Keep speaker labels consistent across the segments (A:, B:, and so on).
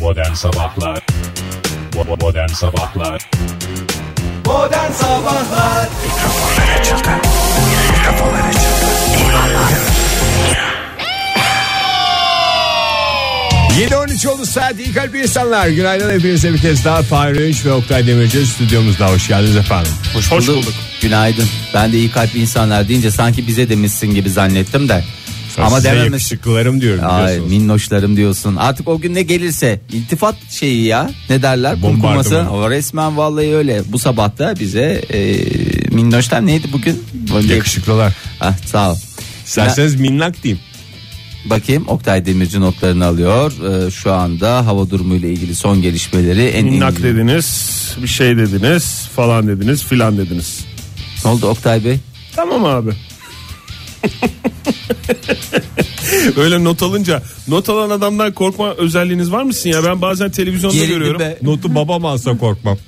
A: Modern Sabahlar Bo- Modern Sabahlar
B: Modern Sabahlar
C: Yedi on üç oldu saat iyi kalp insanlar Günaydın hepinize bir kez daha Fahri Üç ve Oktay Demirci stüdyomuzda hoş geldiniz efendim
D: Hoş bulduk. Günaydın. Ben de iyi kalpli insanlar deyince sanki bize demişsin gibi zannettim de. Ama
C: Size
D: dememiş.
C: yakışıklılarım diyorum
D: Ay
C: biliyorsunuz.
D: minnoşlarım diyorsun. Artık o gün ne gelirse iltifat şeyi ya. Ne derler?
C: Bombardıman.
D: Kumkuması. O resmen vallahi öyle. Bu sabah da bize e, minnoşlar neydi bugün?
C: Yakışıklılar
D: Ah, sağ ol.
C: İsterseniz minnak diyeyim
D: Bakayım Oktay Demirci notlarını alıyor. Ee, şu anda hava durumuyla ilgili son gelişmeleri en
E: İnnak
D: en-
E: dediniz, bir şey dediniz, falan dediniz, filan dediniz.
D: Ne oldu Oktay Bey?
E: Tamam abi. Öyle not alınca not alan adamdan korkma özelliğiniz var mısın ya? Ben bazen televizyonda
D: Gerildim
E: görüyorum.
D: be.
C: Notu babam alsa korkmam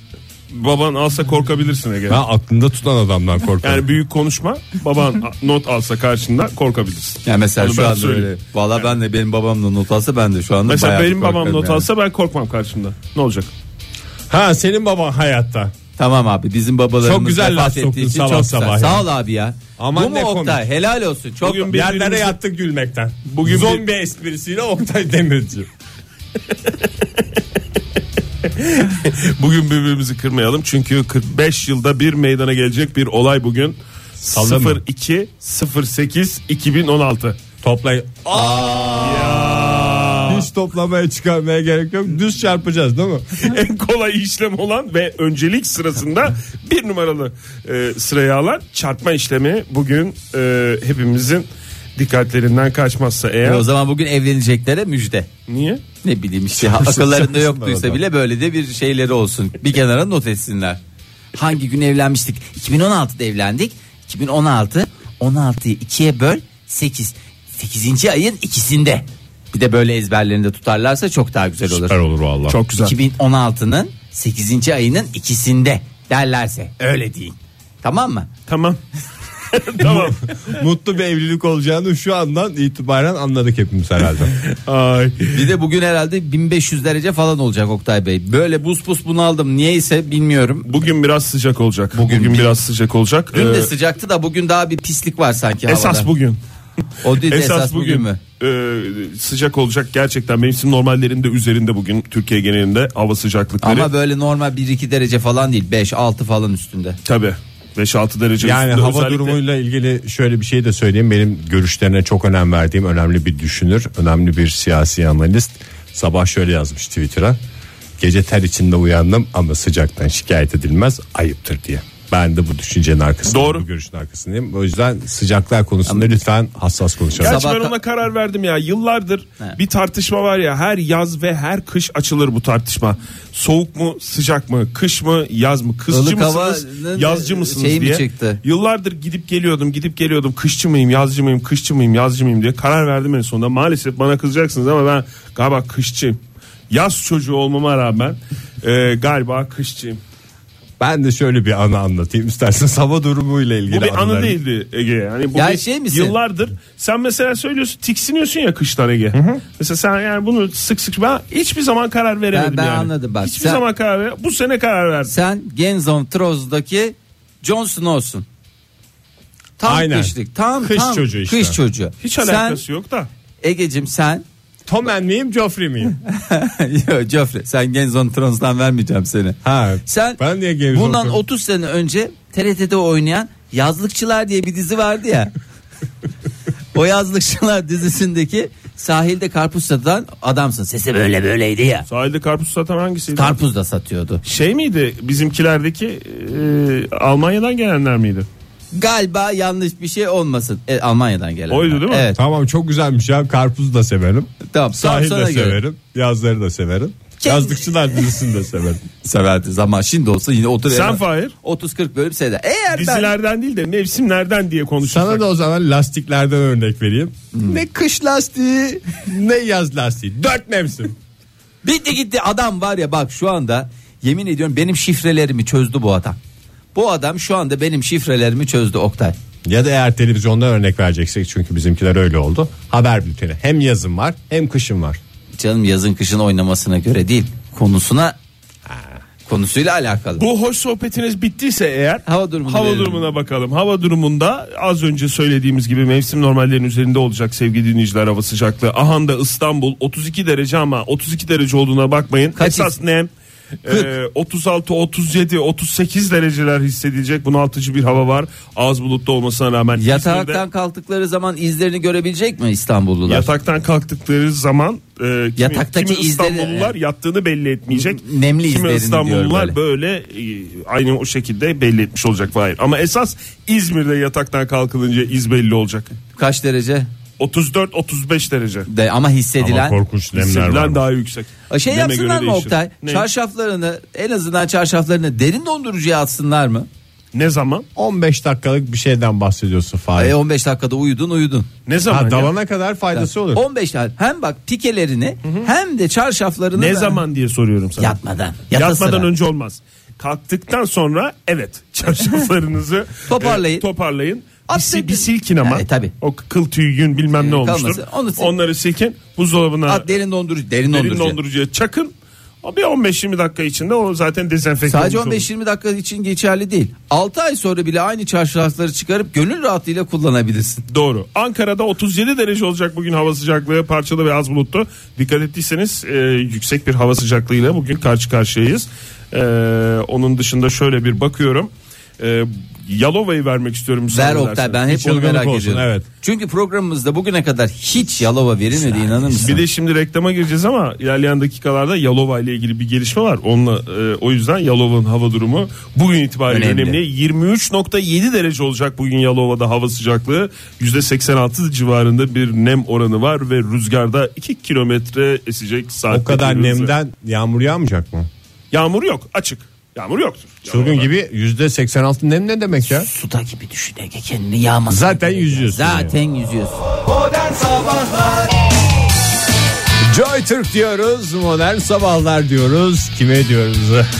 E: Baban alsa korkabilirsin Ege.
C: Ben aklında tutan adamdan korkarım
E: Yani büyük konuşma. Baban a- not alsa karşında korkabilirsin.
D: Ya mesela
E: Onu
D: şu
E: ben
D: anda
E: söyleyeyim.
D: öyle. Valla ben de benim babam da not alsa ben de şu anda
E: Mesela
D: bayağı bir
E: benim babam
D: korkarım
E: not
D: yani.
E: alsa ben korkmam karşımda. Ne olacak?
C: Ha senin baban hayatta
D: Tamam abi bizim babalarımız
C: Çok güzel
D: vefat
C: laf
D: ettiği
C: soktun
D: için
C: sabah
D: çok güzel.
C: sabah ya.
D: Sağ ol abi ya.
C: Aman
D: Bu mu
C: ne komik.
D: Oktay? Helal olsun. Çok
E: Bugün bir-
C: Yerlere
E: Birbirimizi-
C: yattık gülmekten
E: Bugün
C: Zombi esprisiyle Oktay Demirci
E: Bugün birbirimizi kırmayalım çünkü 45 yılda bir meydana gelecek bir olay bugün.
C: Sallama.
E: 02 08 2016.
C: Toplay Hiç toplamaya çıkarmaya gerek yok Düz çarpacağız değil mi?
E: en kolay işlem olan ve öncelik sırasında bir numaralı e, sıraya alan çarpma işlemi bugün e, hepimizin dikkatlerinden kaçmazsa
D: E o
E: eğer.
D: zaman bugün evleneceklere müjde.
E: Niye?
D: Ne bileyim işte akıllarında
C: Çalışsın
D: yoktuysa
C: adam.
D: bile böyle de bir şeyleri olsun. Bir kenara not etsinler. Hangi gün evlenmiştik? 2016'da evlendik. 2016 16'yı 2'ye böl 8. 8. ayın ikisinde. Bir de böyle ezberlerinde tutarlarsa çok daha güzel olur.
C: olur valla
E: Çok güzel.
D: 2016'nın 8. ayının ikisinde derlerse öyle deyin. Tamam mı?
E: Tamam. tamam.
C: Mutlu bir evlilik olacağını şu andan itibaren anladık hepimiz herhalde.
E: Ay.
D: Bir de bugün herhalde 1500 derece falan olacak Oktay Bey. Böyle buz pus bunu aldım. Niyeyse bilmiyorum.
E: Bugün biraz sıcak olacak. Bugün, biraz sıcak olacak.
D: Dün
E: Ee,
D: de sıcaktı da bugün daha bir pislik var sanki
E: esas
D: havada.
E: bugün.
D: O değil de
E: Esas, bugün,
D: mü?
E: e, sıcak olacak gerçekten mevsim normallerinde üzerinde bugün Türkiye genelinde hava sıcaklıkları.
D: Ama böyle normal 1-2 derece falan değil. 5-6 falan üstünde.
E: Tabii 5-6 derece
C: Yani
E: üstünde
C: hava
E: özellikle-
C: durumuyla ilgili şöyle bir şey de söyleyeyim. Benim görüşlerine çok önem verdiğim önemli bir düşünür, önemli bir siyasi analist sabah şöyle yazmış Twitter'a. Gece ter içinde uyandım ama sıcaktan şikayet edilmez ayıptır diye. Ben de bu düşüncenin arkasındayım.
E: Doğru.
C: Bu görüşün arkasındayım. O yüzden sıcaklar konusunda lütfen hassas konuşalım.
E: Gerçi
D: Sabah-
E: ben ona karar verdim ya yıllardır
D: He.
E: bir tartışma var ya her yaz ve her kış açılır bu tartışma. Soğuk mu sıcak mı kış mı yaz mı kızcı
D: Ilık
E: mısınız
D: havanın
E: yazcı mısınız
D: şeyi mi
E: diye.
D: çıktı?
E: Yıllardır gidip geliyordum gidip geliyordum kışçı mıyım yazcı mıyım kışçı mıyım yazcı mıyım diye karar verdim en sonunda. Maalesef bana kızacaksınız ama ben galiba kışçıyım. Yaz çocuğu olmama rağmen e, galiba kışçıyım.
C: Ben de şöyle bir anı anlatayım isterseniz hava durumuyla ilgili.
E: Bu bir anı
C: anılarım.
E: değildi Ege. Yani bu
D: Yani
E: bir
D: şey misin?
E: yıllardır sen mesela söylüyorsun tiksiniyorsun ya kıştan Ege. Mesela sen yani bunu sık sık ben hiçbir zaman karar veremedim
D: Ben- ben
E: yani.
D: anladım bak.
E: Hiçbir
D: Sen-
E: zaman karar ver. Bu sene karar verdim.
D: Sen Games of Thrones'daki Jon Snow'sun. Tam
C: Aynen.
D: kışlık. Tam,
C: Kış
D: tam
C: çocuğu işte.
D: Kış çocuğu.
E: Hiç
D: Sen-
E: alakası yok da.
D: Ege'cim sen
C: Tomen miyim Joffrey miyim?
D: Yo Joffrey sen Games on Thrones'dan vermeyeceğim seni.
C: ha,
D: Sen
C: ben niye Games of
D: bundan
C: Thrones-
D: 30 sene önce TRT'de oynayan Yazlıkçılar diye bir dizi vardı ya. o Yazlıkçılar dizisindeki sahilde karpuz satan adamsın. Sesi böyle böyleydi ya.
E: Sahilde karpuz satan hangisiydi?
D: Karpuz da satıyordu.
E: şey miydi bizimkilerdeki e, Almanya'dan gelenler miydi?
D: Galiba yanlış bir şey olmasın. E, Almanya'dan gelen.
E: Oydu değil mi?
D: Evet.
C: Tamam çok güzelmiş ya karpuzu da severim.
D: Tamam.
C: Sahil
D: sonra
C: de
D: gelelim.
C: severim. Yazları da severim.
D: Kendi-
C: Yazlıkçılar dizisini de severim.
D: Severdi zaman şimdi olsa yine otur.
E: Sen Fahir.
D: 30-40 bölüm seyreder. Eğer ben
E: Dizilerden değil de mevsimlerden diye konuşursak.
C: Sana da o zaman lastiklerden örnek vereyim. Ne kış lastiği ne yaz lastiği. Dört mevsim.
D: Bitti gitti adam var ya bak şu anda yemin ediyorum benim şifrelerimi çözdü bu adam. Bu adam şu anda benim şifrelerimi çözdü Oktay.
C: ya da eğer televizyondan örnek vereceksek çünkü bizimkiler öyle oldu. Haber bülteni. Hem yazın var hem kışın var.
D: Canım yazın kışın oynamasına göre değil. Konusuna konusuyla alakalı.
E: Bu hoş sohbetiniz bittiyse eğer
D: Hava durumunu
E: hava
D: verelim.
E: durumuna bakalım. Hava durumunda az önce söylediğimiz gibi mevsim normallerin üzerinde olacak sevgili dinleyiciler hava sıcaklığı. Ahanda İstanbul 32 derece ama 32 derece olduğuna bakmayın.
D: Kaç
E: Esas nem e, 36, 37, 38 dereceler hissedilecek bunaltıcı bir hava var. Az bulutlu olmasına rağmen
D: Yataktan
E: İzmir'de
D: kalktıkları zaman izlerini görebilecek mi İstanbullular?
E: yataktan kalktıkları zaman e, kimi,
D: Yataktaki
E: kimi
D: izleri-
E: İstanbullular yattığını belli etmeyecek.
D: Nemli
E: Kimi
D: izlerini
E: İstanbullular
D: diyor
E: böyle, e, aynı o şekilde belli etmiş olacak Fahir. Ama esas İzmir'de yataktan kalkılınca iz belli olacak.
D: Kaç derece?
E: 34-35 derece.
D: De, ama hissedilen.
C: Ama korkunç nemler var.
E: Hissedilen daha yüksek.
D: A, Şey
E: Neme
D: yapsınlar
E: göre
D: mı
E: değişir.
D: Oktay?
E: Ne,
D: Çarşaflarını en azından çarşaflarını derin dondurucuya atsınlar mı?
E: ne zaman?
C: 15 dakikalık bir şeyden bahsediyorsun Fahir.
D: E 15 dakikada uyudun uyudun.
E: Ne zaman?
C: Ha,
E: ya?
C: dalana kadar faydası olur.
D: 15 dakika. Hem bak pikelerini hem de çarşaflarını
E: Ne
D: ben-
E: zaman diye soruyorum sana.
D: yatmadan. yata
E: Yatmadan
D: sıra.
E: önce olmaz. Kalktıktan sonra evet çarşaflarınızı
D: Toparlayın.
E: e, toparlayın. Bir,
D: Affedin.
E: sil- bir silkin ama.
D: Yani tabii.
E: O kıl tüyü yün bilmem
D: Ee,
E: ne olmuştur.
D: kalmasın. Onu sil-
E: Onları silkin. Buzdolabına
D: At derin dondurucu, derin,
E: derin
D: dondurucu.
E: dondurucuya çakın. O bir 15-20 dakika içinde o zaten dezenfekte
D: Sadece
E: olmuş olur.
D: 15-20 dakika için geçerli değil. 6 ay sonra bile aynı çarşafları çıkarıp gönül rahatlığıyla kullanabilirsin.
E: Doğru. Ankara'da 37 derece olacak bugün hava sıcaklığı parçalı ve az bulutlu. Dikkat ettiyseniz e, yüksek bir hava sıcaklığıyla bugün karşı karşıyayız. E, onun dışında şöyle bir bakıyorum. E, Yalova'yı vermek istiyorum. müsaade
D: Ver
E: ederseniz.
D: Oktay ben hep onu
C: çılgınlık
D: merak
C: olsun,
D: ediyorum.
C: evet.
D: Çünkü programımızda bugüne kadar hiç yalova verilmedi inanır mısın?
E: Bir de şimdi reklama gireceğiz ama ilerleyen dakikalarda Yalova ile ilgili bir gelişme var. Onunla e, o yüzden Yalova'nın hava durumu bugün itibariyle
D: Önemli.
E: önemli. 23.7 derece olacak bugün Yalova'da hava sıcaklığı. %86 civarında bir nem oranı var ve rüzgarda 2 kilometre esecek saatte.
C: O kadar
E: bir rüzgar.
C: nemden yağmur yağmayacak mı?
E: Yağmur yok, açık. Yağmur yoktur.
C: Çılgın
E: Yalova'da.
C: gibi yüzde 86 nem ne demek ya?
D: Suda gibi düşün Ege kendini yağmasın.
C: Zaten yüzüyorsun
D: Zaten yüzüyorsun.
B: Modern Sabahlar
C: Joy Türk diyoruz, modern sabahlar diyoruz. Kime diyoruz?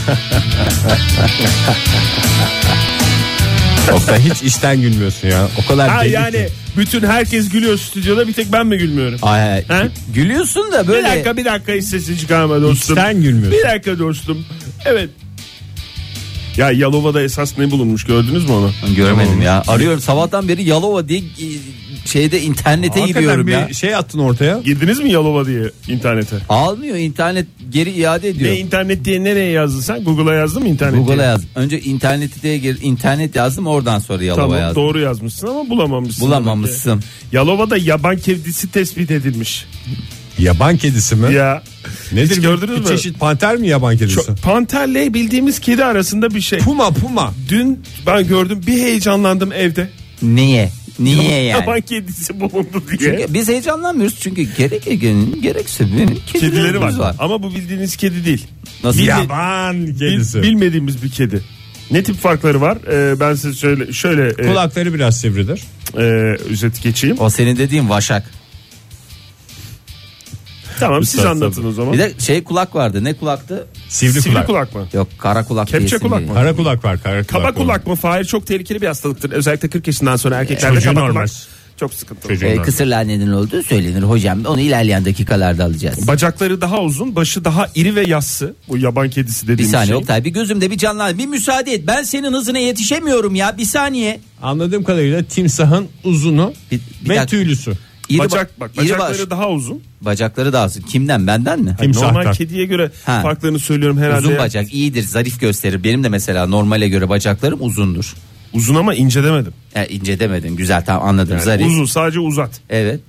C: Oktay hiç işten gülmüyorsun ya. O kadar
E: Ha
C: deli
E: yani
C: ki.
E: bütün herkes gülüyor stüdyoda bir tek ben mi gülmüyorum?
D: Ay,
E: He?
D: gülüyorsun da
E: Bir
D: böyle.
E: dakika bir dakika hiç sesini çıkarma dostum.
C: İçten gülmüyorsun.
E: Bir dakika dostum. Evet. Ya Yalova'da esas ne bulunmuş gördünüz mü onu?
D: Görmedim ya. Arıyorum sabahtan beri Yalova diye e, şeyde internete
C: Hakikaten
D: giriyorum
C: bir
D: ya.
C: şey attın ortaya.
E: Girdiniz mi Yalova diye internete?
D: Almıyor internet geri iade ediyor.
E: Ne internet diye nereye yazdın sen? Google'a yazdın mı internet
D: Google'a
E: diye?
D: yaz. Önce internete diye gir. internet yazdım oradan sonra Yalova
E: Tamam
D: yazdım.
E: doğru yazmışsın ama bulamamışsın.
D: Bulamamışsın.
E: demek ki. Yalova'da yaban kedisi tespit edilmiş.
C: Yaban kedisi mi?
E: Ya.
C: Nedir
E: Hiç
C: bu?
E: gördünüz
C: Bir
E: mü?
C: Çeşit panter mi yaban kedisi?
E: Çok- Panterle bildiğimiz kedi arasında bir şey.
C: Puma puma.
E: Dün ben gördüm bir heyecanlandım evde.
D: Niye? Niye yani?
E: Yaban kedisi bulundu diye.
D: Çünkü biz heyecanlanmıyoruz çünkü gerek Ege'nin gerekse benim
E: Kedileri var.
D: kedilerimiz var.
E: Ama bu bildiğiniz kedi değil.
D: Nasıl?
E: Bildi-
C: Yaban
E: Bil-
C: kedisi.
E: bilmediğimiz bir kedi. Ne tip farkları var? Ee, ben size şöyle şöyle e,
C: Kulakları biraz sivridir.
E: e, özet geçeyim.
D: O senin dediğin vaşak.
E: Tamam siz
C: Üstad
E: anlatın o zaman.
D: Bir de şey kulak vardı. Ne kulaktı?
C: Sivri,
E: Sivri
C: kulak.
E: kulak. mı?
D: Yok kara kulak.
E: Kepçe
D: diyesin
E: kulak
D: diye.
E: mı?
C: Kara kulak var. Kara kulak
E: Kaba
C: var.
E: kulak mı? Fahir çok tehlikeli bir hastalıktır. Özellikle 40 yaşından sonra erkeklerde
C: Çocuğun
E: kaba kulak
C: olmaz.
E: çok sıkıntılı.
C: Çocuğun
D: Ee,
C: var.
D: kısırla neden olduğu söylenir hocam. Onu ilerleyen dakikalarda alacağız.
E: Bacakları daha uzun, başı daha iri ve yassı. Bu yaban kedisi
D: Bir
E: dediğimiz
D: saniye
E: şey.
D: Oktay bir gözümde bir canlan. Bir müsaade et. Ben senin hızına yetişemiyorum ya. Bir saniye.
C: Anladığım kadarıyla timsahın uzunu
D: Bir- bir
C: ve
D: dakika.
C: tüylüsü.
D: İri
E: Bacak
D: ba-
E: bak
D: iri
E: bacakları
D: baş-
E: daha uzun.
D: Bacakları daha uzun. Kimden benden mi?
C: Kim- Timsahtan.
E: Normal kediye göre
D: Ha.
E: farklarını söylüyorum herhalde.
D: Uzun bacak iyidir zarif gösterir. Benim de mesela normale göre bacaklarım uzundur.
E: Uzun ama ince demedim.
D: E, ince demedin güzel tamam anladım
E: Yani
D: zarif.
E: uzun sadece uzat.
D: Evet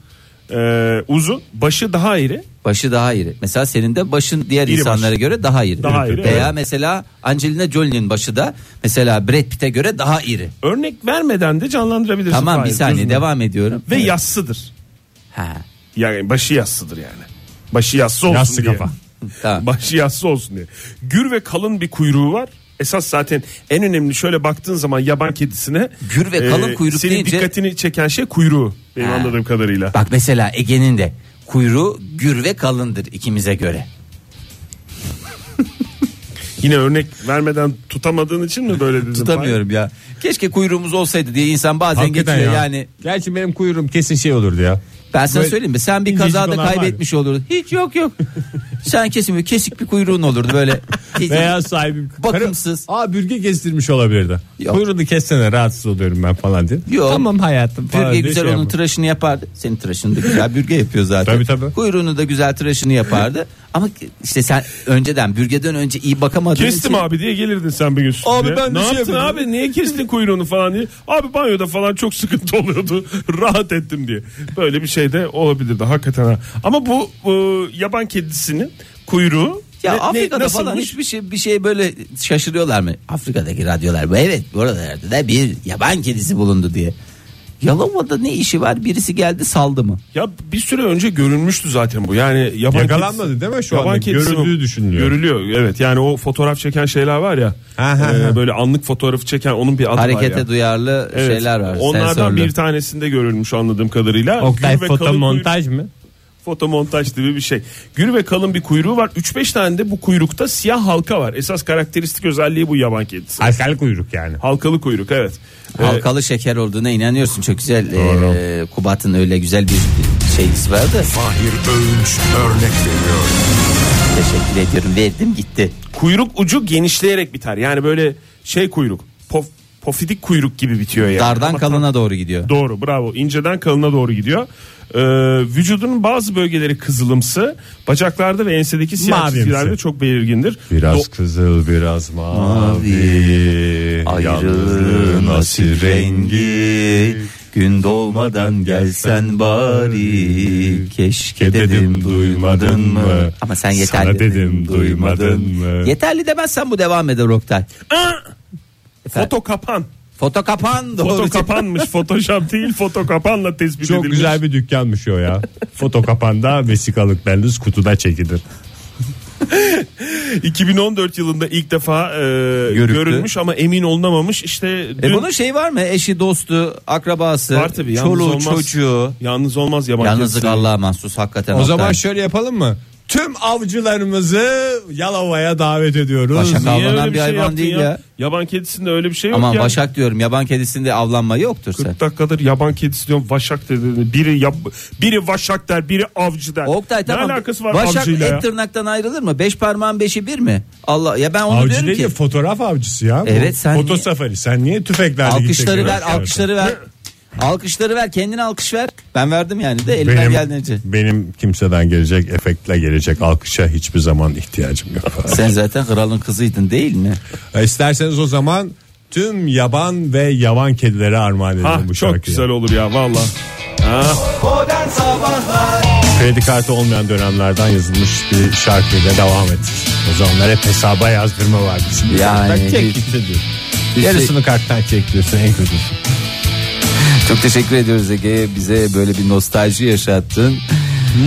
E: Ee, uzun, başı daha iri.
D: başı daha iri. Mesela senin de başın diğer
E: İri
D: insanlara
E: baş.
D: göre daha iri.
E: Daha iri,
D: Veya
E: evet.
D: mesela Angelina Jolie'nin başı da mesela Brad Pitt'e göre daha iri.
E: Örnek vermeden de canlandırabilirsin.
D: Tamam bir
E: Fahir,
D: saniye
E: gözünü.
D: devam ediyorum.
E: Ve
D: Evet.
E: yassıdır.
D: Ha,
E: Yani başı yassıdır yani. Başı yassı olsun
C: Yassı
E: diye.
C: kafa.
D: tamam.
E: Başı yassı olsun diye. Gür ve kalın bir kuyruğu var. Esas zaten en önemli şöyle baktığın zaman yaban kedisine e,
D: Gür ve kalın kuyruk
E: senin
D: deyince-
E: dikkatini çeken şey kuyruğu benim
D: Ha.
E: anladığım kadarıyla.
D: Bak mesela Ege'nin de kuyruğu gür ve kalındır ikimize göre.
E: Yine örnek vermeden tutamadığın için mi böyle dedim?
D: Tutamıyorum ya. Keşke kuyruğumuz olsaydı diye insan bazen
C: Hakikaten
D: geçiyor
C: ya.
D: yani.
C: Gerçi benim kuyruğum kesin şey olurdu ya.
D: Ben sana
C: Böyle
D: söyleyeyim mi? Sen bir
C: incecik
D: kazada
C: olan var mı?
D: kaybetmiş olurdun. Hiç yok yok. Sen kesin böyle kesik bir kuyruğun olurdu böyle.
C: Veya sahibim
D: Bakımsız.
C: Karı, Aa bürge kestirmiş olabilirdi.
D: Yok.
C: Kuyruğunu kessene rahatsız oluyorum ben falan diye.
D: Yok.
C: Tamam hayatım falan
D: Bürge
C: diye
D: güzel
C: şey
D: onun
C: yapar.
D: tıraşını yapardı. Senin tıraşını da güzel bürge yapıyor zaten.
C: Tabii, tabii.
D: Kuyruğunu da güzel tıraşını yapardı. Ama işte sen önceden bürgeden önce iyi bakamadığın
E: Kestim
D: için-
E: abi diye gelirdin sen bir gün stüdyoya.
D: Abi ben de
E: ne
D: şey
E: yaptın
D: yapıyordum.
E: abi niye kestin kuyruğunu falan diye. Abi banyoda falan çok sıkıntı oluyordu. Rahat ettim diye. Böyle bir şey de olabilirdi hakikaten. ha. Ama bu e, yaban kedisinin kuyruğu
D: Ya
E: ne- ne-
D: Afrika'da falan
E: nasılmış?
D: hiçbir şey bir şey böyle şaşırıyorlar mı? Afrika'daki radyolar bu. Evet buralarda da bir yaban kedisi bulundu diye. Yalova'da ne işi var? Birisi geldi saldı mı?
E: Ya bir süre önce görülmüştü zaten bu. Yani yaban
C: Yakalanmadı
E: kedisi-
C: değil mi şu
E: yaban
C: anda?
E: kedisi
C: Görüldüğü
E: bu.
C: düşünülüyor.
E: Görülüyor evet. Yani o fotoğraf çeken şeyler var ya.
C: Ha, ha,
E: e,
C: ha.
E: böyle anlık fotoğrafı çeken onun bir adı var ya.
D: Harekete duyarlı
E: Evet.
D: şeyler var.
E: Onlardan
D: sensörlü.
E: bir tanesinde görülmüş anladığım kadarıyla.
C: Oktay
E: Gür ve kalın
C: fotomontaj mı?
E: kuyru- fotomontaj gibi bir şey. Gür ve kalın bir kuyruğu var. 3-5 tane de bu kuyrukta siyah halka var. Esas karakteristik özelliği bu yaban kedisi.
C: Alkal kuyruk yani.
E: Halkalı kuyruk evet. Ee,
D: Halkalı şeker olduğuna inanıyorsun çok güzel. Ee, Kubat'ın öyle güzel bir şeysi vardı.
A: Fahir Öğünç örnek veriyor.
D: Teşekkür ediyorum. Verdim gitti.
E: kuyruk ucu genişleyerek biter. Yani böyle şey kuyruk. pof- pofidik kuyruk gibi bitiyor yani.
D: Dardan
E: Ama
D: kalına doğru gidiyor.
E: Doğru bravo inceden kalına doğru gidiyor. Ee, vücudunun bazı bölgeleri kızılımsı bacaklarda ve ensedeki siyah
C: Mavimsi.
E: çizgilerde çok belirgindir.
C: Biraz
E: Do-
C: kızıl biraz mavi. Yalnızlığın asil rengi.
D: Gün doğmadan
C: gelsen bari.
D: Keşke
C: dedim, duymadın mı?
D: Ama sen
C: Sana
D: yeterli
C: dedim, duymadın mı?
D: Yeterli demezsen bu devam eder Oktay. Efendim?
E: Foto kapan.
D: Foto kapan doğru.
E: Foto kapanmış. Photoshop değil foto kapanla tespit
C: Çok
E: edilmiş.
C: güzel bir dükkanmış o ya. Foto kapanda vesikalık bendüz kutuda çekilir.
E: 2014 yılında ilk defa e,
D: Görüktü.
E: görülmüş ama emin olunamamış. İşte dün
D: E bunun şey var mı? Eşi, dostu, akrabası,
E: var tabii yalnız
D: çoluğu,
E: olmaz.
D: çocuğu.
E: Yalnız olmaz yabancı.
D: Yalnızlık Allah'a mahsus hakikaten.
C: O
D: Oktay.
C: zaman şey şöyle yapalım mı? Tüm avcılarımızı Yalova'ya davet ediyoruz.
D: Başak
E: Niye
D: avlanan
E: öyle şey
D: bir hayvan
E: yaptın
D: değil ya.
E: Yaban kedisinde öyle bir şey yok
D: Aman
E: ya.
D: Başak diyorum yaban kedisinde avlanma yoktur sen.
E: 40 dakikadır yaban kedisi diyorum vaşak dediğini biri yap, biri vaşak der biri avcı der.
D: Oktay tamam.
E: Ne alakası var
D: Başak
E: avcıyla ya?
D: et tırnaktan ayrılır mı? Beş parmağın beşi bir mi? Allah ya ben onu
C: Avcı
D: diyorum
C: değil de
D: ki.
C: fotoğraf avcısı ya. Bu
D: Evet, sen
C: Foto
D: niye-
C: safari. Sen niye tüfeklerle
D: Alkışları
C: gideceksin?
D: ver, alkışları ver. Alkışları ver, kendine alkış ver. Ben verdim yani de elimden geldiğince.
C: benim kimseden gelecek efektle gelecek alkışa hiçbir zaman ihtiyacım yok.
D: Sen zaten kralın kızıydın değil mi?
C: E, İsterseniz o zaman tüm yaban ve yavan kedilere armağan edelim
E: Ha,
C: bu
E: Ah, çok
C: şarkıyı.
E: güzel olur ya valla.
B: Modern Sabahlar
C: Kredi kartı olmayan dönemlerden yazılmış bir şarkıyla devam ettik. O zamanlar hep hesaba yazdırma vardı. Şimdi
D: Yani
C: karttan çek
D: hiç-
C: gitti diyor. Yarısını karttan çekliyorsun en kötüsü.
D: Çok teşekkür ediyoruz Ege. Bize böyle bir nostalji yaşattın.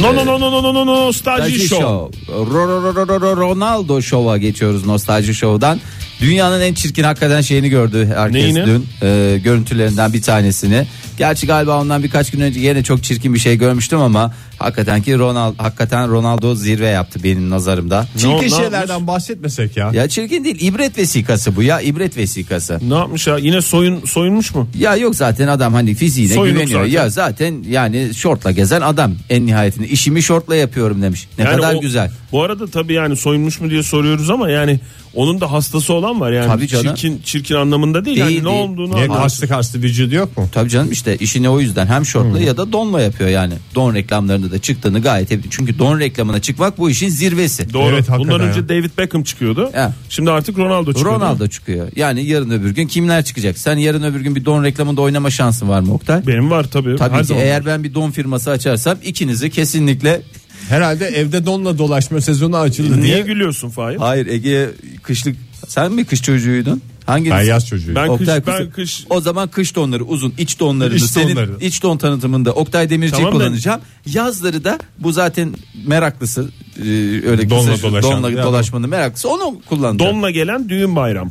E: No no no no no no no no nostalji show.
D: Ro- ro- ro- ro- ro- ro- Ronaldo Show'a geçiyoruz Nostalji Show'dan. Dünyanın en çirkin hakikaten şeyini gördü herkes
E: Neyini?
D: dün. Ee, görüntülerinden bir tanesini. Gerçi galiba ondan birkaç gün önce yine çok çirkin bir şey görmüştüm ama hakikaten ki Ronaldo hakikaten Ronaldo zirve yaptı benim nazarımda.
E: Ne- ne
C: Çirkin
E: yapmış?
C: şeylerden bahsetmesek ya.
D: Ya çirkin değil ibret vesikası bu ya ibret vesikası.
E: Ne yapmış ya yine soyun soyunmuş mu?
D: Ya yok zaten adam hani fiziğine
E: Soyunup
D: güveniyor.
E: zaten.
D: Ya zaten yani şortla gezen adam en nihayetinde işimi şortla yapıyorum demiş. Ne
E: Yani
D: kadar
E: o-
D: güzel.
E: Bu arada tabii yani soyunmuş mu diye soruyoruz ama yani onun da hastası olan var yani.
D: Tabii canım.
E: Çirkin çirkin anlamında değil.
D: Değil,
E: yani ne
D: değil.
E: olduğunu
C: Niye
E: anlıyorsun.
C: kastı kastı vücudu yok mu?
D: Tabii canım işte işini o yüzden hem şortla ya da donla yapıyor yani. Don reklamlarında da çıktığını gayet hep çünkü don reklamına çıkmak bu işin zirvesi.
E: Doğru.
C: Evet, hakikaten
E: Bundan
C: ya.
E: önce David Beckham çıkıyordu.
D: He.
E: Şimdi artık Ronaldo çıkıyor.
D: Ronaldo çıkıyor. Yani yarın öbür gün kimler çıkacak? Sen yarın öbür gün bir don reklamında oynama şansın var mı Oktay?
E: Benim var tabii.
D: Tabii
E: Her
D: ki
E: zaman.
D: eğer ben bir don firması açarsam ikinizi kesinlikle
C: Herhalde evde donla dolaşma sezonu açıldı
E: Niye
C: diye.
E: gülüyorsun Fahir?
D: Hayır Ege'ye kışlık sen mi kış çocuğuydun? Hangi
C: Ben yaz çocuğuyum.
E: Ben kış,
D: Oktay
E: ben
D: kısa-
E: kış.
D: O zaman kış donları uzun iç donlarını
C: İç
D: senin
C: donları.
D: iç don tanıtımında Oktay Demirci
E: Tamam da-
D: kullanacağım. Yazları da bu zaten meraklısı e, öyle kısa
C: Donla
D: şu-
C: dolaşan.
D: donla
C: Ya,
D: dolaşmanın meraklısı onu kullanacağım.
E: Donla gelen düğün bayram.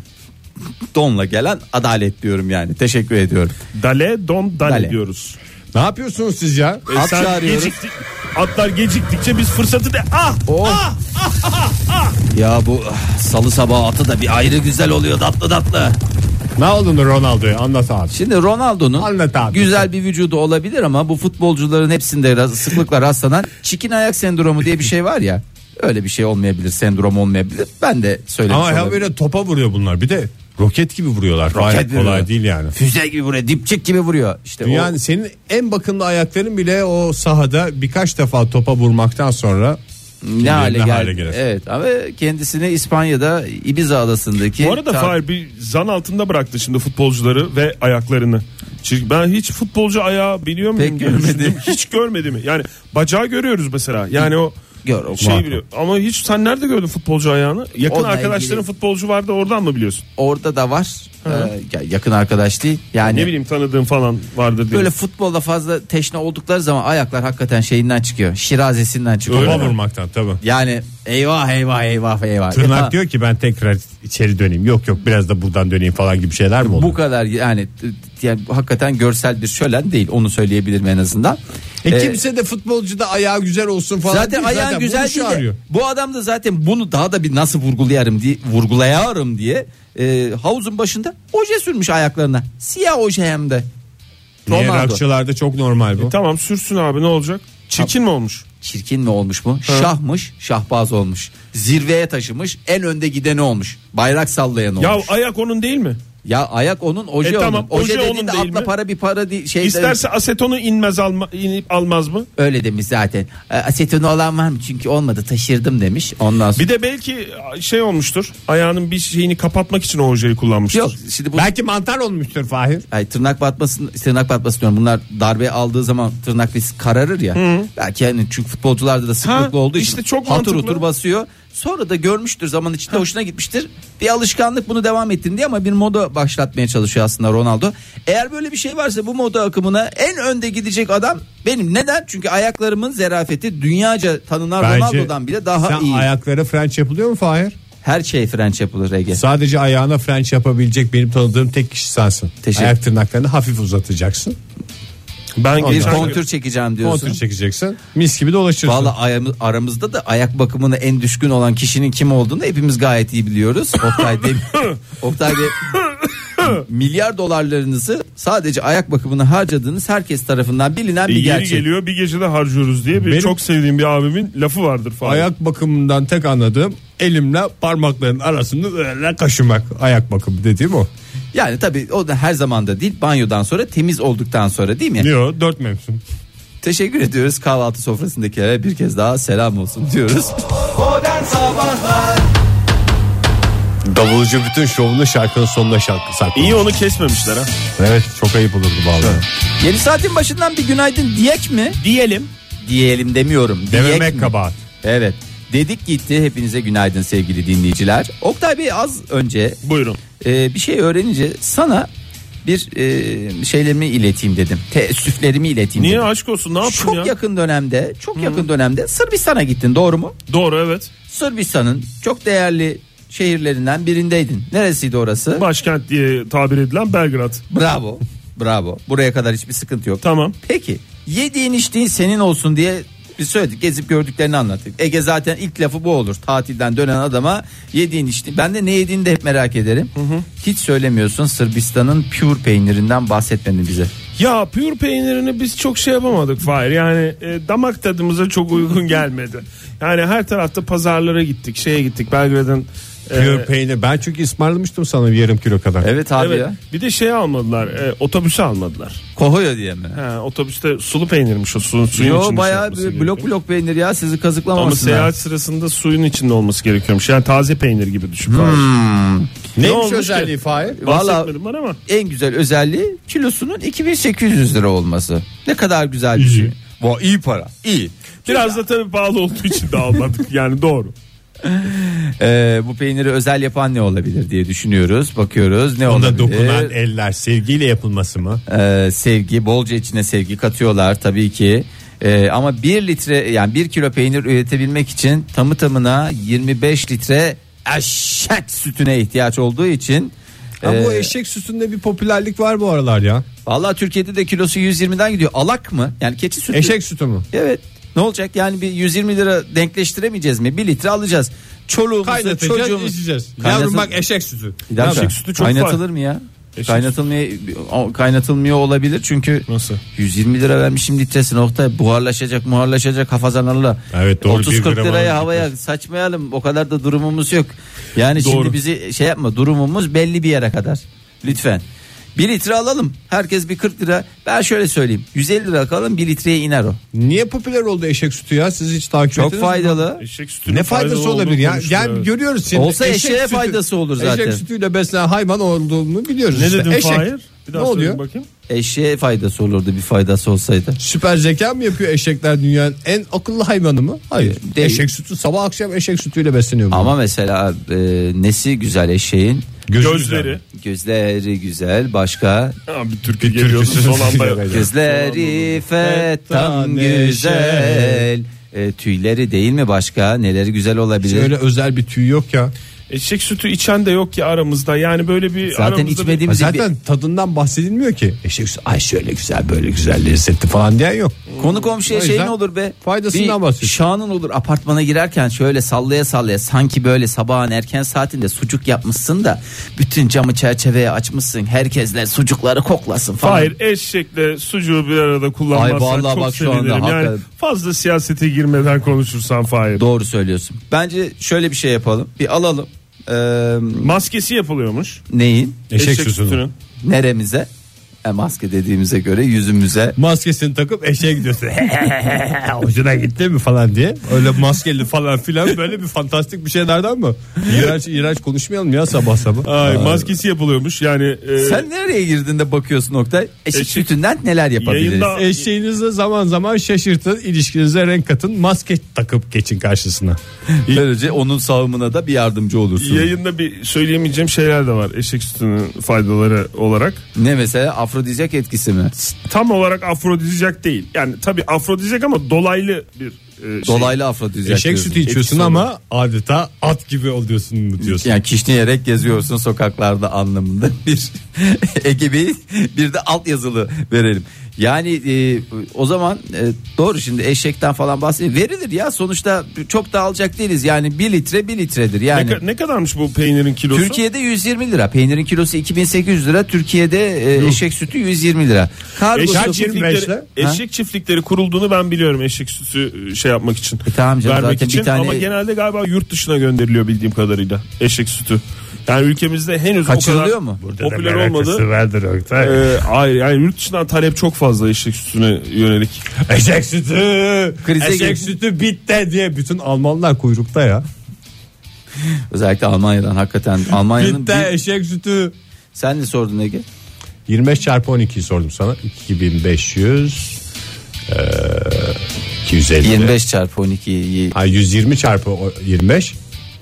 D: Donla gelen adalet diyorum yani. Teşekkür ediyorum.
E: Dale don dale,
D: Dale.
E: diyoruz.
C: Ne yapıyorsunuz siz ya?
E: E,
D: At
E: sen
D: çağırıyoruz.
E: geciktik- atlar geciktikçe biz fırsatı de ah
D: Oh. ah, Ya bu ah, salı sabahı atı da bir ayrı güzel oluyor tatlı tatlı.
C: Ne oldu Ronaldo'ya anlat abi.
D: Şimdi Ronaldo'nun
C: Anlat abi.
D: güzel bir vücudu olabilir ama bu futbolcuların hepsinde ras- sıklıkla rastlanan çikin ayak sendromu diye bir şey var ya. Öyle bir şey olmayabilir, sendrom olmayabilir. Ben de söylemiş
C: Ama ya
D: olabilirim.
C: böyle topa vuruyor bunlar. Bir de roket gibi vuruyorlar. Gayet
D: Roket
C: kolay
D: vuruyor.
C: değil yani.
D: Füze gibi vuruyor, dipçik gibi vuruyor. İşte o-
C: Yani senin en bakımlı ayakların bile o sahada birkaç defa topa vurmaktan sonra
D: ne hale
C: ne
D: geldi.
C: hale gelir.
D: evet ama kendisini İspanya'da Ibiza adasındaki
E: Bu arada
D: tar-
E: Fahir bir zan altında bıraktı şimdi futbolcuları ve ayaklarını. Çünkü ben hiç futbolcu ayağı biliyor muyum?
D: Pek
E: diye
D: görmedim.
E: düşündüm. Hiç görmedi mi? Yani bacağı görüyoruz mesela. Yani o
D: Gör, o
E: şey
D: var.
E: biliyor. Ama hiç sen nerede gördün futbolcu ayağını? Yakın
D: Onunla
E: arkadaşların
D: ilgili-
E: futbolcu vardı oradan mı biliyorsun?
D: orada da var. Ee, ya- yakın arkadaş değil. Yani
E: Ne bileyim tanıdığın falan vardır diye.
D: Hani böyle futbolda fazla teşne oldukları zaman ayaklar hakikaten şeyinden çıkıyor. Şirazesinden çıkıyor.
C: topa vurmaktan tabii.
D: Yani eyvah eyvah eyvah eyvah.
C: Tırnak
D: Ya-
C: diyor ki ben tekrar içeri döneyim. Yok yok biraz da buradan döneyim falan gibi şeyler mi oluyor?
D: Bu kadar yani, t- yani hakikaten görsel bir şölen değil onu söyleyebilirim en azından.
C: E
D: Ee,
C: kimse de futbolcuda ayağı güzel olsun falan.
D: Zaten
C: değil,
D: ayağın güzel
C: vuruşu
D: değil de
C: arıyor.
D: bu adam da zaten bunu daha da bir nasıl vurgulayarım diye vurgulayarım diye e, havuzun başında oje sürmüş ayaklarına. Siyah oje hem de.
C: Niye
D: Ronaldo. E,
C: rakçılarda çok normal bu.
E: Tamam sürsün abi ne olacak? Çirkin mi olmuş?
D: Çirkin mi olmuş mu? Şahmış, şahbaz olmuş. Zirveye taşımış, en önde gideni olmuş. Bayrak sallayan olmuş.
E: Ya
D: Ya,
E: ayak onun değil mi?
D: ayak onun, oje
E: E
D: onun.
E: tamam,
D: oje,
E: oje
D: dediğin
E: onun
D: de
E: değil
D: atla
E: mi?
D: para bir para değil. Şey de-
E: İsterse asetonu inmez alma, inip almaz mı?
D: Öyle demiş zaten. E, Asetonu olan var mı? Çünkü olmadı taşırdım demiş. Ondan sonra.
E: Bir de belki şey olmuştur. Ayağının bir şeyini kapatmak için o ojeyi kullanmıştır.
D: Yok şimdi bu
C: Belki mantar olmuştur Fahir.
D: Ay, tırnak batmasın tırnak batması diyorum. Bunlar darbe aldığı zaman tırnak biz kararır ya. Belki yani çünkü futbolcularda da sıklıklı olduğu için
E: işte çok
D: hatır
E: mantıklı.
D: otur basıyor. Sonra da görmüştür zaman içinde hoşuna gitmiştir. Bir alışkanlık bunu devam ettin diye ama bir moda başlatmaya çalışıyor aslında Ronaldo. Eğer böyle bir şey varsa bu moda akımına en önde gidecek adam benim. Neden? Çünkü ayaklarımın zerafeti dünyaca tanınan Ronaldo'dan bile daha
C: sen
D: iyi.
C: ayaklara French yapılıyor mu Fahir?
D: Her şey French yapılır Ege.
C: Sadece ayağına French yapabilecek benim tanıdığım tek kişi sensin.
D: Teşekkür-
C: Ayak tırnaklarını hafif uzatacaksın.
E: Ben
D: Bir
E: geçen-
D: kontür çekeceğim diyorsun.
C: Kontür çekeceksin. Mis gibi dolaşırsın.
D: Valla ayam- aramızda da ayak bakımına en düşkün olan kişinin kim olduğunu hepimiz gayet iyi biliyoruz. Oktay Demir. Oktay Bey, milyar dolarlarınızı sadece ayak bakımına harcadığınız herkes tarafından bilinen
E: E,
D: bir
E: yeri
D: gerçek.
E: geliyor bir gecede harcıyoruz diye bir
C: Benim-
E: çok sevdiğim bir abimin lafı vardır falan.
C: Ayak bakımından tek anladığım elimle parmakların arasını böyle kaşımak. Ayak bakımı dediğim o.
D: Yani tabii o da her zaman da değil. Banyodan sonra temiz olduktan sonra değil mi?
C: Diyor dört mevsim.
D: Teşekkür ediyoruz kahvaltı sofrasındakilere bir kez daha selam olsun diyoruz.
B: Modern Sabahlar
C: Davulcu bütün şovunu şarkının sonuna şarkı saklamış.
E: İyi onu kesmemişler ha.
C: Evet çok ayıp olurdu vallahi.
D: Yeni saatin başından bir günaydın diyek mi?
E: Diyelim.
D: Diyelim demiyorum. Diyek
C: Dememek
D: mi?
C: kabahat.
D: Evet. Dedik gitti. Hepinize günaydın sevgili dinleyiciler. Oktay Bey az önce
E: Buyurun.
D: e, bir şey öğrenince sana bir e, şeylerimi ileteyim dedim. Teessüflerimi ileteyim
E: Niye
D: dedim.
E: aşk olsun ne yaptın
D: Çok
E: ya?
D: yakın dönemde, çok yakın dönemde Sırbistan'a gittin doğru mu?
E: Doğru evet.
D: Sırbistan'ın çok değerli şehirlerinden birindeydin. Neresiydi orası?
E: Başkent diye tabir edilen Belgrad.
D: bravo. Bravo. Buraya kadar hiçbir sıkıntı yok.
E: Tamam.
D: Peki yediğin içtiğin senin olsun diye biz söyledik gezip gördüklerini anlattık. Ege zaten ilk lafı bu olur tatilden dönen adama yediğin içtiğin ben de ne yediğini de hep merak ederim. Hiç söylemiyorsun Sırbistan'ın pure peynirinden bahsetmedin bize.
E: Ya pür peynirini biz çok şey yapamadık Fahir. Yani e, damak tadımıza çok uygun gelmedi. Yani her tarafta pazarlara gittik, şeye gittik. Belgrad'ın e,
C: Pure peynir. Ben çünkü ısmarlamıştım sana bir yarım kilo kadar.
D: Ee, Evet abi
E: Evet.
D: ya.
E: Bir de şey almadılar. E, otobüse almadılar.
D: Kohoyo diye mi?
E: Ha, otobüste sulu peynirmiş o suyun, suyun
D: Yo
E: içinde
D: bayağı
E: şey yapması
D: bir
E: gerekiyor.
D: blok blok peynir ya sizi
E: Ama
D: kazıklamamışsın.
E: seyahat sırasında suyun içinde olması gerekiyormuş. Yani taze peynir gibi düşün. Hmm.
C: Neymiş özelliği Fahir?
D: Valla
E: Bahsetmedim ben ama.
D: en güzel özelliği kilosunun 2800 lira olması. Ne kadar güzel bir şey. Va, iyi para. İyi.
E: Biraz da tabii pahalı olduğu için de almadık. Yani doğru.
D: Ee, bu peyniri özel yapan ne olabilir diye düşünüyoruz. Bakıyoruz ne
C: Onda
D: olabilir?
C: dokunan eller sevgiyle yapılması mı?
D: Ee, sevgi, bolca içine sevgi katıyorlar tabii ki. Ee, ama 1 litre yani 1 kilo peynir üretebilmek için tamı tamına 25 litre eşek sütüne ihtiyaç olduğu için
C: Ama bu
D: e,
C: eşek sütünde bir popülerlik var bu aralar ya.
D: Vallahi Türkiye'de de kilosu 120'den gidiyor. Alak mı? Yani keçi sütü.
C: Eşek sütü mü?
D: Evet. Ne olacak? Yani bir 120 lira denkleştiremeyeceğiz mi? 1 litre alacağız. Çoluğumuzu,
C: Kaynatacağız
D: çocuğumuzu.
C: içeceğiz.
D: Kaynatın-
C: Yavrum bak eşek sütü.
D: Bir dakika.
E: Eşek sütü çok
D: Kaynatılır mı ya?
E: Eşit.
D: Kaynatılmıyor kaynatılmıyor olabilir çünkü
E: Nasıl?
D: 120 lira vermişim litresine Oktay buharlaşacak muharlaşacak hafazalarla.
C: Evet, doğru,
D: 30
C: bir
D: 40
C: gram
D: liraya
C: almış
D: havaya saçmayalım o kadar da durumumuz yok. Yani
E: Doğru.
D: şimdi bizi şey yapma durumumuz belli bir yere kadar. Lütfen. 1 litre alalım. Herkes bir 40 lira. Ben şöyle söyleyeyim. 150 lira alalım 1 litreye iner o.
C: Niye popüler oldu eşek sütü ya? Siz hiç takip ettiniz
D: Çok
C: mi?
D: faydalı.
E: Eşek sütünün
C: Ne faydası
E: faydalı olduğu
C: olabilir ya?
E: konuşuluyor,
C: Yani
E: evet.
C: görüyoruz şimdi.
D: Olsa eşeğe faydası olur zaten.
C: Eşek sütüyle beslenen hayvan olduğunu biliyoruz.
E: ne
C: işte.
E: dedin
C: eşek.
E: Fahir? Bir daha söyle
C: ne oluyor?
E: bakayım.
D: Eşeğe faydası olurdu bir faydası olsaydı.
C: Süper zeka mı yapıyor eşekler dünyanın en akıllı hayvanı mı? Hayır.
D: Ee, Değil.
C: Eşek sütü sabah akşam eşek sütüyle besleniyor. bu.
D: Ama mesela e, nesi güzel eşeğin?
C: Gözü
E: Gözleri.
C: güzel.
D: Gözleri güzel başka
E: Ha, bir türkü geliyordu son anda.
D: Gözleri fettan güzel E, Tüyleri değil mi başka neleri güzel
C: Hiç
D: olabilir
C: Öyle özel bir tüy yok ya.
E: Eşek sütü içen de yok ki aramızda. Yani böyle bir
D: Zaten
E: aramızda
D: içmediğim-
C: Ha
D: Bize
C: zaten tadından bahsedilmiyor ki. Eşek sütü ay şöyle güzel böyle güzel lezzetli falan diyen yok.
D: Konu komşuya
C: O
D: şey
C: yüzden
D: ne olur be
C: faydasından
D: Bir
C: bahsediyor.
D: Şanın olur apartmana girerken şöyle sallaya sallaya sanki böyle sabahın erken saatinde sucuk yapmışsın da Bütün camı çerçeveye açmışsın herkesle sucukları koklasın falan
E: Hayır eşekle sucuğu bir arada
D: Ay
E: kullanmazsan
D: vallahi
E: çok
D: bak şu anda
E: sevinirim. yani
D: hakikaten.
E: fazla siyasete girmeden konuşursan Fahir.
D: Doğru söylüyorsun Bence şöyle bir şey yapalım bir alalım Ee,
E: Maskesi yapılıyormuş.
D: neyin
C: Eşek, sütünün.
D: neremize e, maske dediğimize göre yüzümüze
C: Maskesini takıp eşeğe gidiyorsun. Hoşuna gitti mi falan diye. Öyle maskeli falan filan böyle bir fantastik bir şeylerden mi? İğrenç, iğrenç konuşmayalım ya sabah sabah.
E: Ay, maskesi yapılıyormuş yani. e,
D: Sen nereye girdiğinde bakıyorsun Oktay? Eşit
E: Eşit.
D: sütünden neler yapabiliriz?
E: Yayında-
C: Eşeğinizi zaman zaman şaşırtın, ilişkinize renk katın, maske takıp geçin karşısına.
D: Böylece onun sağımına da bir yardımcı olursun.
E: Yayında bir söyleyemeyeceğim şeyler de var eşek sütünün faydaları olarak.
D: Ne mesela afrodizyak etkisi mi?
E: Tam olarak afrodizyak değil. Yani tabii afrodizyak ama dolaylı bir e, şey.
D: Dolaylı afrodizyak.
C: Eşek
D: diyorsun.
C: sütü içiyorsun
D: Etkisi
C: ama
D: olur.
C: adeta at gibi oluyorsun diyorsun.
D: yani kişneyerek geziyorsun sokaklarda anlamında bir Ege Bey bir de alt yazılı verelim. Yani e, o zaman e, doğru şimdi eşekten falan bahsediyor. Verilir ya sonuçta çok da alacak değiliz. Yani bir litre bir litredir.
E: Ne,
D: Yani
E: ka- ne kadarmış bu peynirin kilosu?
D: Türkiye'de 120 lira. Peynirin kilosu 2800 lira. Türkiye'de e, eşek sütü 120 lira. Kargosu
E: Eşek
C: Kaç yirmi beşle?
E: çiftlikleri, eşek çiftlikleri kurulduğunu ben biliyorum eşek sütü e, şey yapmak için.
D: E tamam canım,
E: vermek
D: zaten bir
E: için
D: tane-
E: ama genelde galiba yurt dışına gönderiliyor bildiğim kadarıyla eşek sütü. Yani ülkemizde henüz
D: Kaçırılıyor
E: o kadar
D: mu?
E: popüler olmadı. E, hayır yani yurt dışından talep çok fazla eşek sütüne yönelik.
D: E,
C: Eşek sütü,
D: Krize
C: eşek
D: girdi.
C: sütü bitti diye bütün Almanlar kuyrukta ya.
D: Özellikle Almanya'dan hakikaten Almanya'nın
C: Bitti
D: bir...
C: eşek sütü.
D: sen ne sordun Ege?
C: 25 çarpı 12'yi sordum sana. 2500 eee, 250.
D: 25 çarpı 12'yi
C: Ha, 120 çarpı o- 25.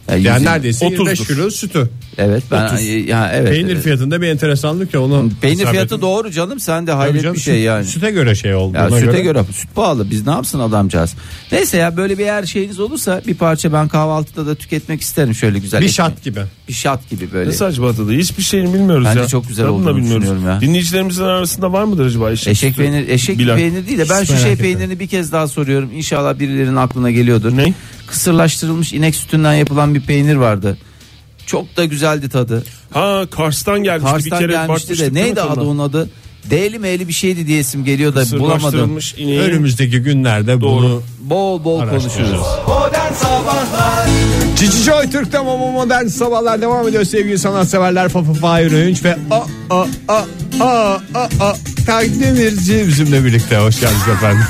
D: yani
C: Yani
D: yüz-
C: neredeyse 25
E: 30'dur.
C: kilo sütü.
D: Evet ben
C: 30.
D: ya evet.
C: Peynir
D: evet.
C: fiyatında bir enteresanlık ya onu.
D: Peynir
C: hesap
D: fiyatı
C: ettim.
D: doğru canım sen de
C: Tabii
D: hayret
C: canım,
D: bir şey
C: süt-
D: yani.
C: Süte göre şey oldu.
D: Ya süte göre. süt pahalı biz ne yapsın adamcağız. Neyse ya böyle bir eğer şeyiniz olursa bir parça ben kahvaltıda da tüketmek isterim şöyle güzel.
C: bir
D: ekmek.
C: şat gibi.
D: Bir şat gibi böyle.
E: Ne saçma tadı. Hiçbir şeyini bilmiyoruz
D: Bence
E: ya.
D: çok güzel
E: Tadını da
D: olduğunu
E: bilmiyoruz.
D: düşünüyorum ya.
E: Dinleyicilerimizin arasında var mıdır acaba eşek,
D: Eşek
E: sütü
D: peynir, eşek
E: bilen?
D: peynir değil de ben
C: Hiç
D: şu
C: merak
D: şey
C: etme.
D: peynirini bir kez daha soruyorum. İnşallah birilerinin aklına geliyordur.
E: Ne?
D: Kısırlaştırılmış inek sütünden yapılan bir peynir vardı. Çok da güzeldi tadı.
E: Ha Kars'tan gelmişti bir
D: Kars'tan
E: kere
D: gelmişti
E: bakmıştık
D: de
E: değil mi
D: neydi adı
E: tadına?
D: onun adı? Değli meyli bir şeydi diyesim geliyor da bulamadım.
E: Sırlaştırılmış ineğin-
C: Önümüzdeki günlerde bunu
D: Bol bol konuşuruz.
B: Modern Sabahlar
C: Cici Joy Türk'te Momo Modern Sabahlar devam ediyor sevgili sanatseverler Fafa Fahir Öğünç ve a a a a a a Takdemirci bizimle birlikte hoş geldiniz efendim.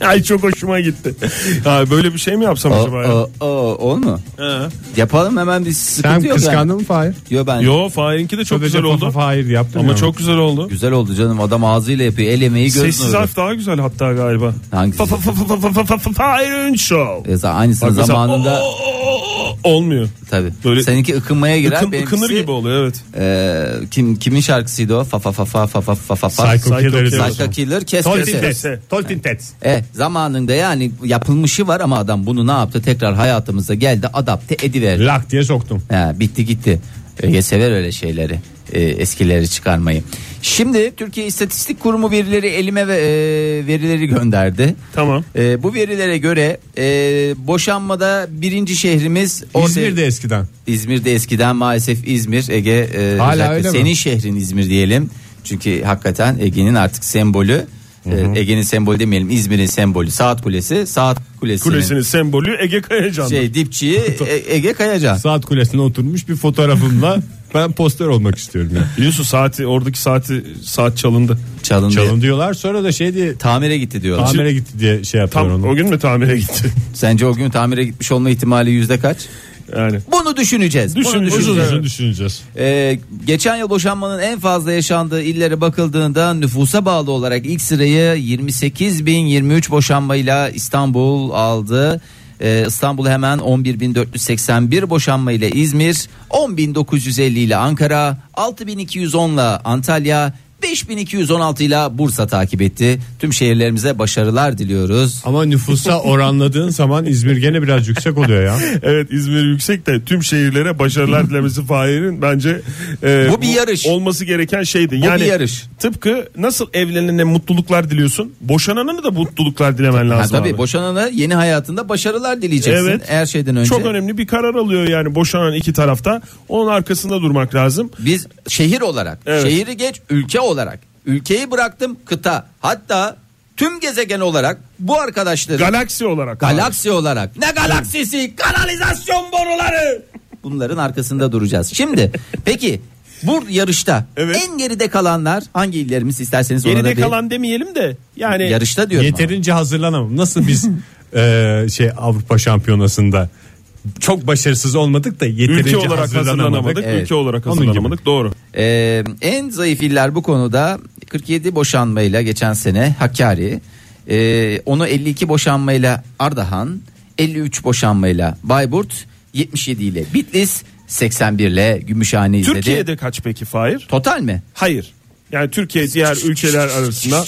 E: Ay çok hoşuma gitti. Ha, böyle bir şey mi yapsam
D: O,
E: acaba? ya?
D: o, o, o mu?
E: He.
D: Yapalım hemen bir sıkıntı
C: Sen
D: yok.
C: kıskandın mı Fahir?
D: Yani. Yo ben.
E: Yo Fahir'inki de çok
C: Sadece
E: güzel oldu.
C: Fafa Fahir yaptın
E: Ama
C: ya.
E: çok güzel oldu.
D: Güzel oldu canım adam ağzıyla yapıyor. El emeği göz
E: Sessiz
D: nuru.
E: harf daha güzel hatta galiba.
D: Hangisi?
E: Fa- fa- fa- fa- fa- fa- fa- fa- Fahir Önshow.
D: E, aynısını
E: Bak mesela,
D: zamanında
E: "Oo, oo, oo." Olmuyor.
D: tabii.
E: Böyle-
D: Seninki ıkınmaya girer.
E: Ikın,
D: benimkisi-
E: ıkınır gibi oluyor evet.
D: Ee, kim kimin şarkısıydı o? Fa fa fa fa fa fa fa fa fa.
C: Psycho Killer'ı
E: Psycho
C: diyorsun.
D: Psycho Killer kes
C: Toltin
D: kes.
C: Tets. Toltin Tets.
D: E, zamanında yani yapılmışı var ama adam bunu ne yaptı? Tekrar hayatımıza geldi, adapte ediverdi.
C: Lak diye soktum.
D: He, bitti gitti. Ege sever öyle şeyleri. e, eskileri çıkarmayı. Şimdi Türkiye İstatistik Kurumu verileri elime ve, e, verileri gönderdi.
E: Tamam.
D: E, bu verilere göre e, boşanmada birinci şehrimiz ortaya-
C: İzmir'de eskiden.
D: İzmir'de eskiden maalesef İzmir Ege e,
C: Hala
D: özellikle
C: öyle mi?
D: senin şehrin İzmir diyelim. Çünkü hakikaten Ege'nin artık sembolü e, Ege'nin sembolü demeyelim İzmir'in sembolü Saat Kulesi. Saat Kulesi'nin
E: Kulesinin sembolü Ege Kayacan.
D: şey dipçiyi E- Ege Kayacan.
C: Saat kulesine oturmuş bir fotoğrafımla ben poster olmak istiyorum ya.
E: Biliyorsun saati oradaki saati saat çalındı.
D: Çalındı.
C: Çalın diyorlar sonra da şey diye
D: Tamire gitti diyorlar.
C: tamire gitti diye şey
E: Tam
C: yapıyorlar onu.
E: o gün mü tamire gitti?
D: Sence o gün tamire gitmiş olma ihtimali yüzde kaç?
E: Yani
D: Bunu düşüneceğiz.
E: Düşün,
D: bunu
E: uzun
C: Uzun
D: düşüneceğiz.
C: uzun düşüneceğiz.
D: Ee, geçen yıl boşanmanın en fazla yaşandığı illere bakıldığında nüfusa bağlı olarak ilk sırayı 28.023 boşanmayla İstanbul aldı. Ee, İstanbul hemen 11.481 boşanmayla İzmir, 10.950 ile Ankara, 6.210 ile Antalya, 5.216 ile Bursa takip etti. Tüm şehirlerimize başarılar diliyoruz.
C: Ama nüfusa oranladığın zaman İzmir gene biraz yüksek oluyor ya.
E: evet İzmir yüksek de tüm şehirlere başarılar dilemesi Fahir'in bence e,
D: Bu bir yarış.
E: olması gereken şeydi.
D: bir
E: yani
D: yarış.
E: Tıpkı nasıl evlenene mutluluklar diliyorsun, boşananına da mutluluklar dilemen
D: Ha,
E: lazım.
D: tabii
E: abi.
D: boşanana yeni hayatında başarılar dileyeceksin.
E: Evet.
D: Her şeyden önce.
E: Çok önemli bir karar alıyor yani boşanan iki tarafta. Onun arkasında durmak lazım.
D: Biz şehir olarak,
E: Evet.
D: şehri geç ülke olarak, ülkeyi bıraktım kıta, hatta tüm gezegen olarak bu arkadaşları
E: Galaksi olarak.
D: galaksi olarak ne galaksisi kanalizasyon boruları bunların arkasında duracağız. Şimdi peki bu yarışta
E: Evet.
D: en geride kalanlar hangi illerimiz isterseniz ona da
E: Geride
D: bir-
E: kalan demeyelim de yani
D: yarışta diyorum.
C: Yeterince hazırlanamam. Nasıl biz e, şey Avrupa Şampiyonası'nda çok başarısız olmadık da yeterince
E: ülke olarak hazırlanamadık,
C: hazırlanamadık.
D: Evet.
E: ülke olarak
C: Onun
E: hazırlanamadık. Doğru.
D: Ee, en zayıf iller bu konuda 47 boşanmayla geçen sene Hakkari, ee, onu 52 boşanmayla Ardahan, 53 boşanmayla Bayburt, 77 ile Bitlis, 81 ile Gümüşhane izledi.
E: Türkiye'de kaç peki Fahir?
D: total mi?
E: Hayır. Yani Türkiye diğer ülkeler arasında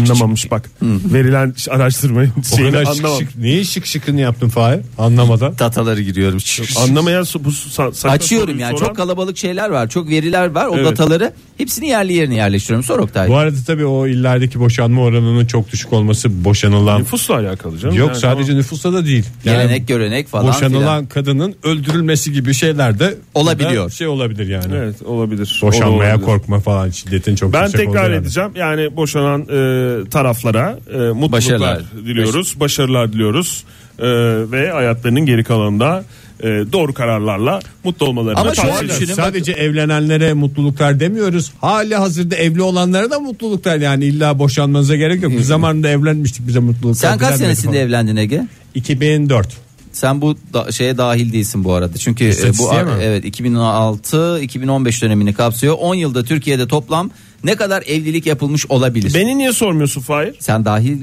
E: anlamamış bak. Verilen araştırmayı
C: O
E: şeyini
C: kadar şık
E: anlamamış.
C: şık, niye şık şıkını yaptın Fahir? Anlamadan.
D: Dataları giriyorum.
E: Anlamayan su- bu sa- saçma
D: Açıyorum
E: soruyu
D: yani
E: soran-
D: çok kalabalık şeyler var, çok veriler var. O
E: Evet.
D: dataları hepsini yerli yerine yerleştiriyorum. Sor Oktay.
C: Bu arada tabii o illerdeki boşanma oranının çok düşük olması boşanılan
E: nüfusla alakalı canım.
C: Yok
E: Yani
C: sadece nüfusta da değil.
D: Gelenek, görenek falan
C: Boşanılan
D: filan.
C: kadının öldürülmesi gibi şeyler de
D: Olabiliyor.
C: Şey olabilir yani.
E: tamam. Evet olabilir. O da
C: Boşanmaya
E: olabilir.
C: korkma falan şiddetin çok
E: Ben
C: yüksek
E: tekrar
C: olduğu yerde.
E: edeceğim. Yani boşanan e, taraflara e, mutluluklar
D: Başarılar.
E: diliyoruz. Başarılar diliyoruz. E, ve hayatlarının geri kalanında e, doğru kararlarla mutlu olmalarını
D: Ama şöyle
E: tavsiye
D: düşün-
E: ederiz.
D: Düşünün
C: Sadece evlenenlere mutluluklar demiyoruz. Hali hazırda evli olanlara da mutluluklar yani illa boşanmanıza gerek yok. Biz zamanında evlenmiştik bize mutluluklar.
D: Hmm. Sen kaç
C: dilenmedi
D: senesinde
C: falan.
D: evlendin Ege?
C: 2004.
D: Sen bu da- şeye dahil değilsin bu arada. Çünkü e, bu
C: İstatistiğe mi?
D: evet 2006-2015 dönemini kapsıyor. 10 yılda Türkiye'de toplam ne kadar evlilik yapılmış olabilir?
E: Beni niye sormuyorsun Fahir?
D: Sen dahil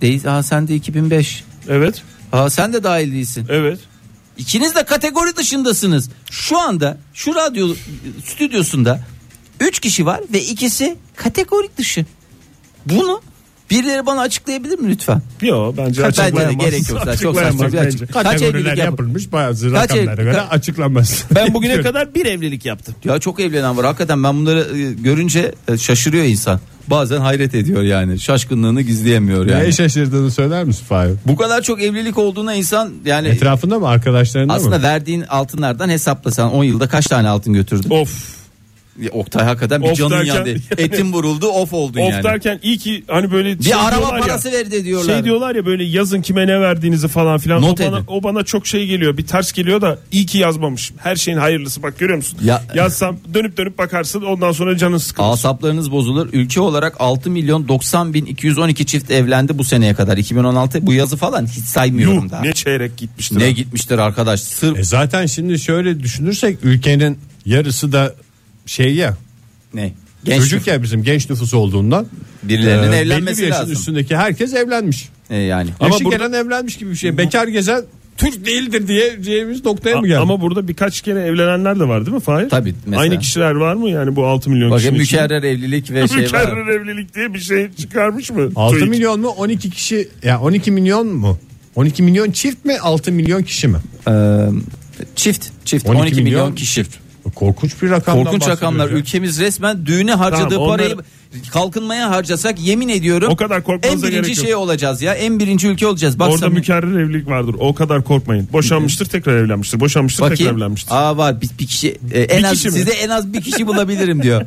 D: değil. Ha sen de 2005.
E: Evet.
D: Ha sen de dahil değilsin.
E: Evet.
D: İkiniz de kategori dışındasınız. Şu anda şu radyo e, stüdyosunda 3 kişi var ve ikisi kategorik dışı. Bunu birileri bana açıklayabilir mi lütfen?
E: Yok
D: Bence
E: bence
D: de
E: açıklayamaz.
D: gerek yok zaten, çok
E: Açıklayamaz
D: saçma.
E: bence.
D: Kaç
C: Kategoriler
D: evlilik yapılmış?
C: yapılmış bazı
D: Kaç
C: rakamlara
D: evlilik-
C: göre
D: Ka-
C: açıklanmaz.
E: Ben bugüne kadar bir evlilik yaptım.
D: Ya çok evlenen var hakikaten ben bunları e, görünce e, şaşırıyor insan. Bazen hayret ediyor yani şaşkınlığını gizleyemiyor yani.
C: Neye şaşırdığını söyler misin Fahir?
D: Bu kadar çok evlilik olduğuna insan yani
C: Etrafında mı arkadaşlarında
D: E, aslında
C: mı?
D: verdiğin altınlardan hesaplasan 10 yılda kaç tane altın götürdün?
E: Of.
D: Ya Oktay hakikaten bir
E: Of
D: canın
E: derken-
D: yandı. Etin vuruldu of oldun
E: Of
D: yani.
E: derken iyi ki hani böyle
D: Bir araba parası verdi diyorlar.
E: Şey diyorlar ya böyle yazın kime ne verdiğinizi falan filan.
D: Not
E: o, bana,
D: edin.
E: o bana çok şey geliyor. Bir ters geliyor da iyi ki yazmamış. Her şeyin hayırlısı bak görüyor musun?
D: Ya-
E: Yazsam dönüp dönüp bakarsın ondan sonra canın sıkılır.
D: Asaplarınız bozulur. Ülke olarak 6 milyon 90 bin 212 çift evlendi bu seneye kadar. 2016 bu yazı falan hiç saymıyorum
E: Yuh,
D: daha.
E: ne
D: Ne,
E: çeyrek gitmiştir. ha.
D: gitmiştir arkadaş. Sırf
C: E zaten şimdi şöyle düşünürsek ülkenin yarısı da şey ya
D: ne? Genç
C: çocuk ya bizim genç nüfus olduğundan
E: Ee,
C: e,
D: Birilerinin
C: belli
D: evlenmesi
C: bir yaşın
D: lazım.
C: üstündeki herkes evlenmiş.
D: E, yani.
C: Ama
E: Yaşı
C: burada... evlenmiş gibi bir şey. Bekar gezen Türk değildir diyeceğimiz noktaya mı
E: A-
C: geldi?
E: Ama burada birkaç kere evlenenler de var değil mi Fahir?
D: Tabii, mesela.
E: Aynı kişiler var mı yani bu 6 milyon
D: Bakın
E: kişinin içinde?
D: mükerrer evlilik ve şey var.
E: Mükerrer evlilik diye bir şey çıkarmış mı?
C: 6
E: TÜİK?
C: milyon mu 12 kişi ya 12 milyon mu? 12 milyon çift mi 6 milyon kişi mi?
D: Ee, çift çift 12, milyon, kişi.
C: çift. korkunç bir rakamdan
D: Korkunç
C: bahsediyoruz
D: rakamlar.
C: ya.
D: Ülkemiz resmen düğüne harcadığı
E: Tamam, onları-
D: parayı kalkınmaya harcasak yemin ediyorum.
E: O kadar
D: En
E: korkmanıza
D: birinci
E: gerek yok.
D: şey olacağız ya. En birinci ülke olacağız. Bak
E: Orada
D: samimi-
E: mükerrer evlilik vardır. O kadar korkmayın. Boşanmıştır tekrar evlenmiştir. Boşanmıştır tekrar
D: Bakayım.
E: evlenmiştir.
D: Aa var bir, bir kişi e, en
E: Bir
D: az
E: kişi mi?
D: size en az bir kişi bulabilirim diyor.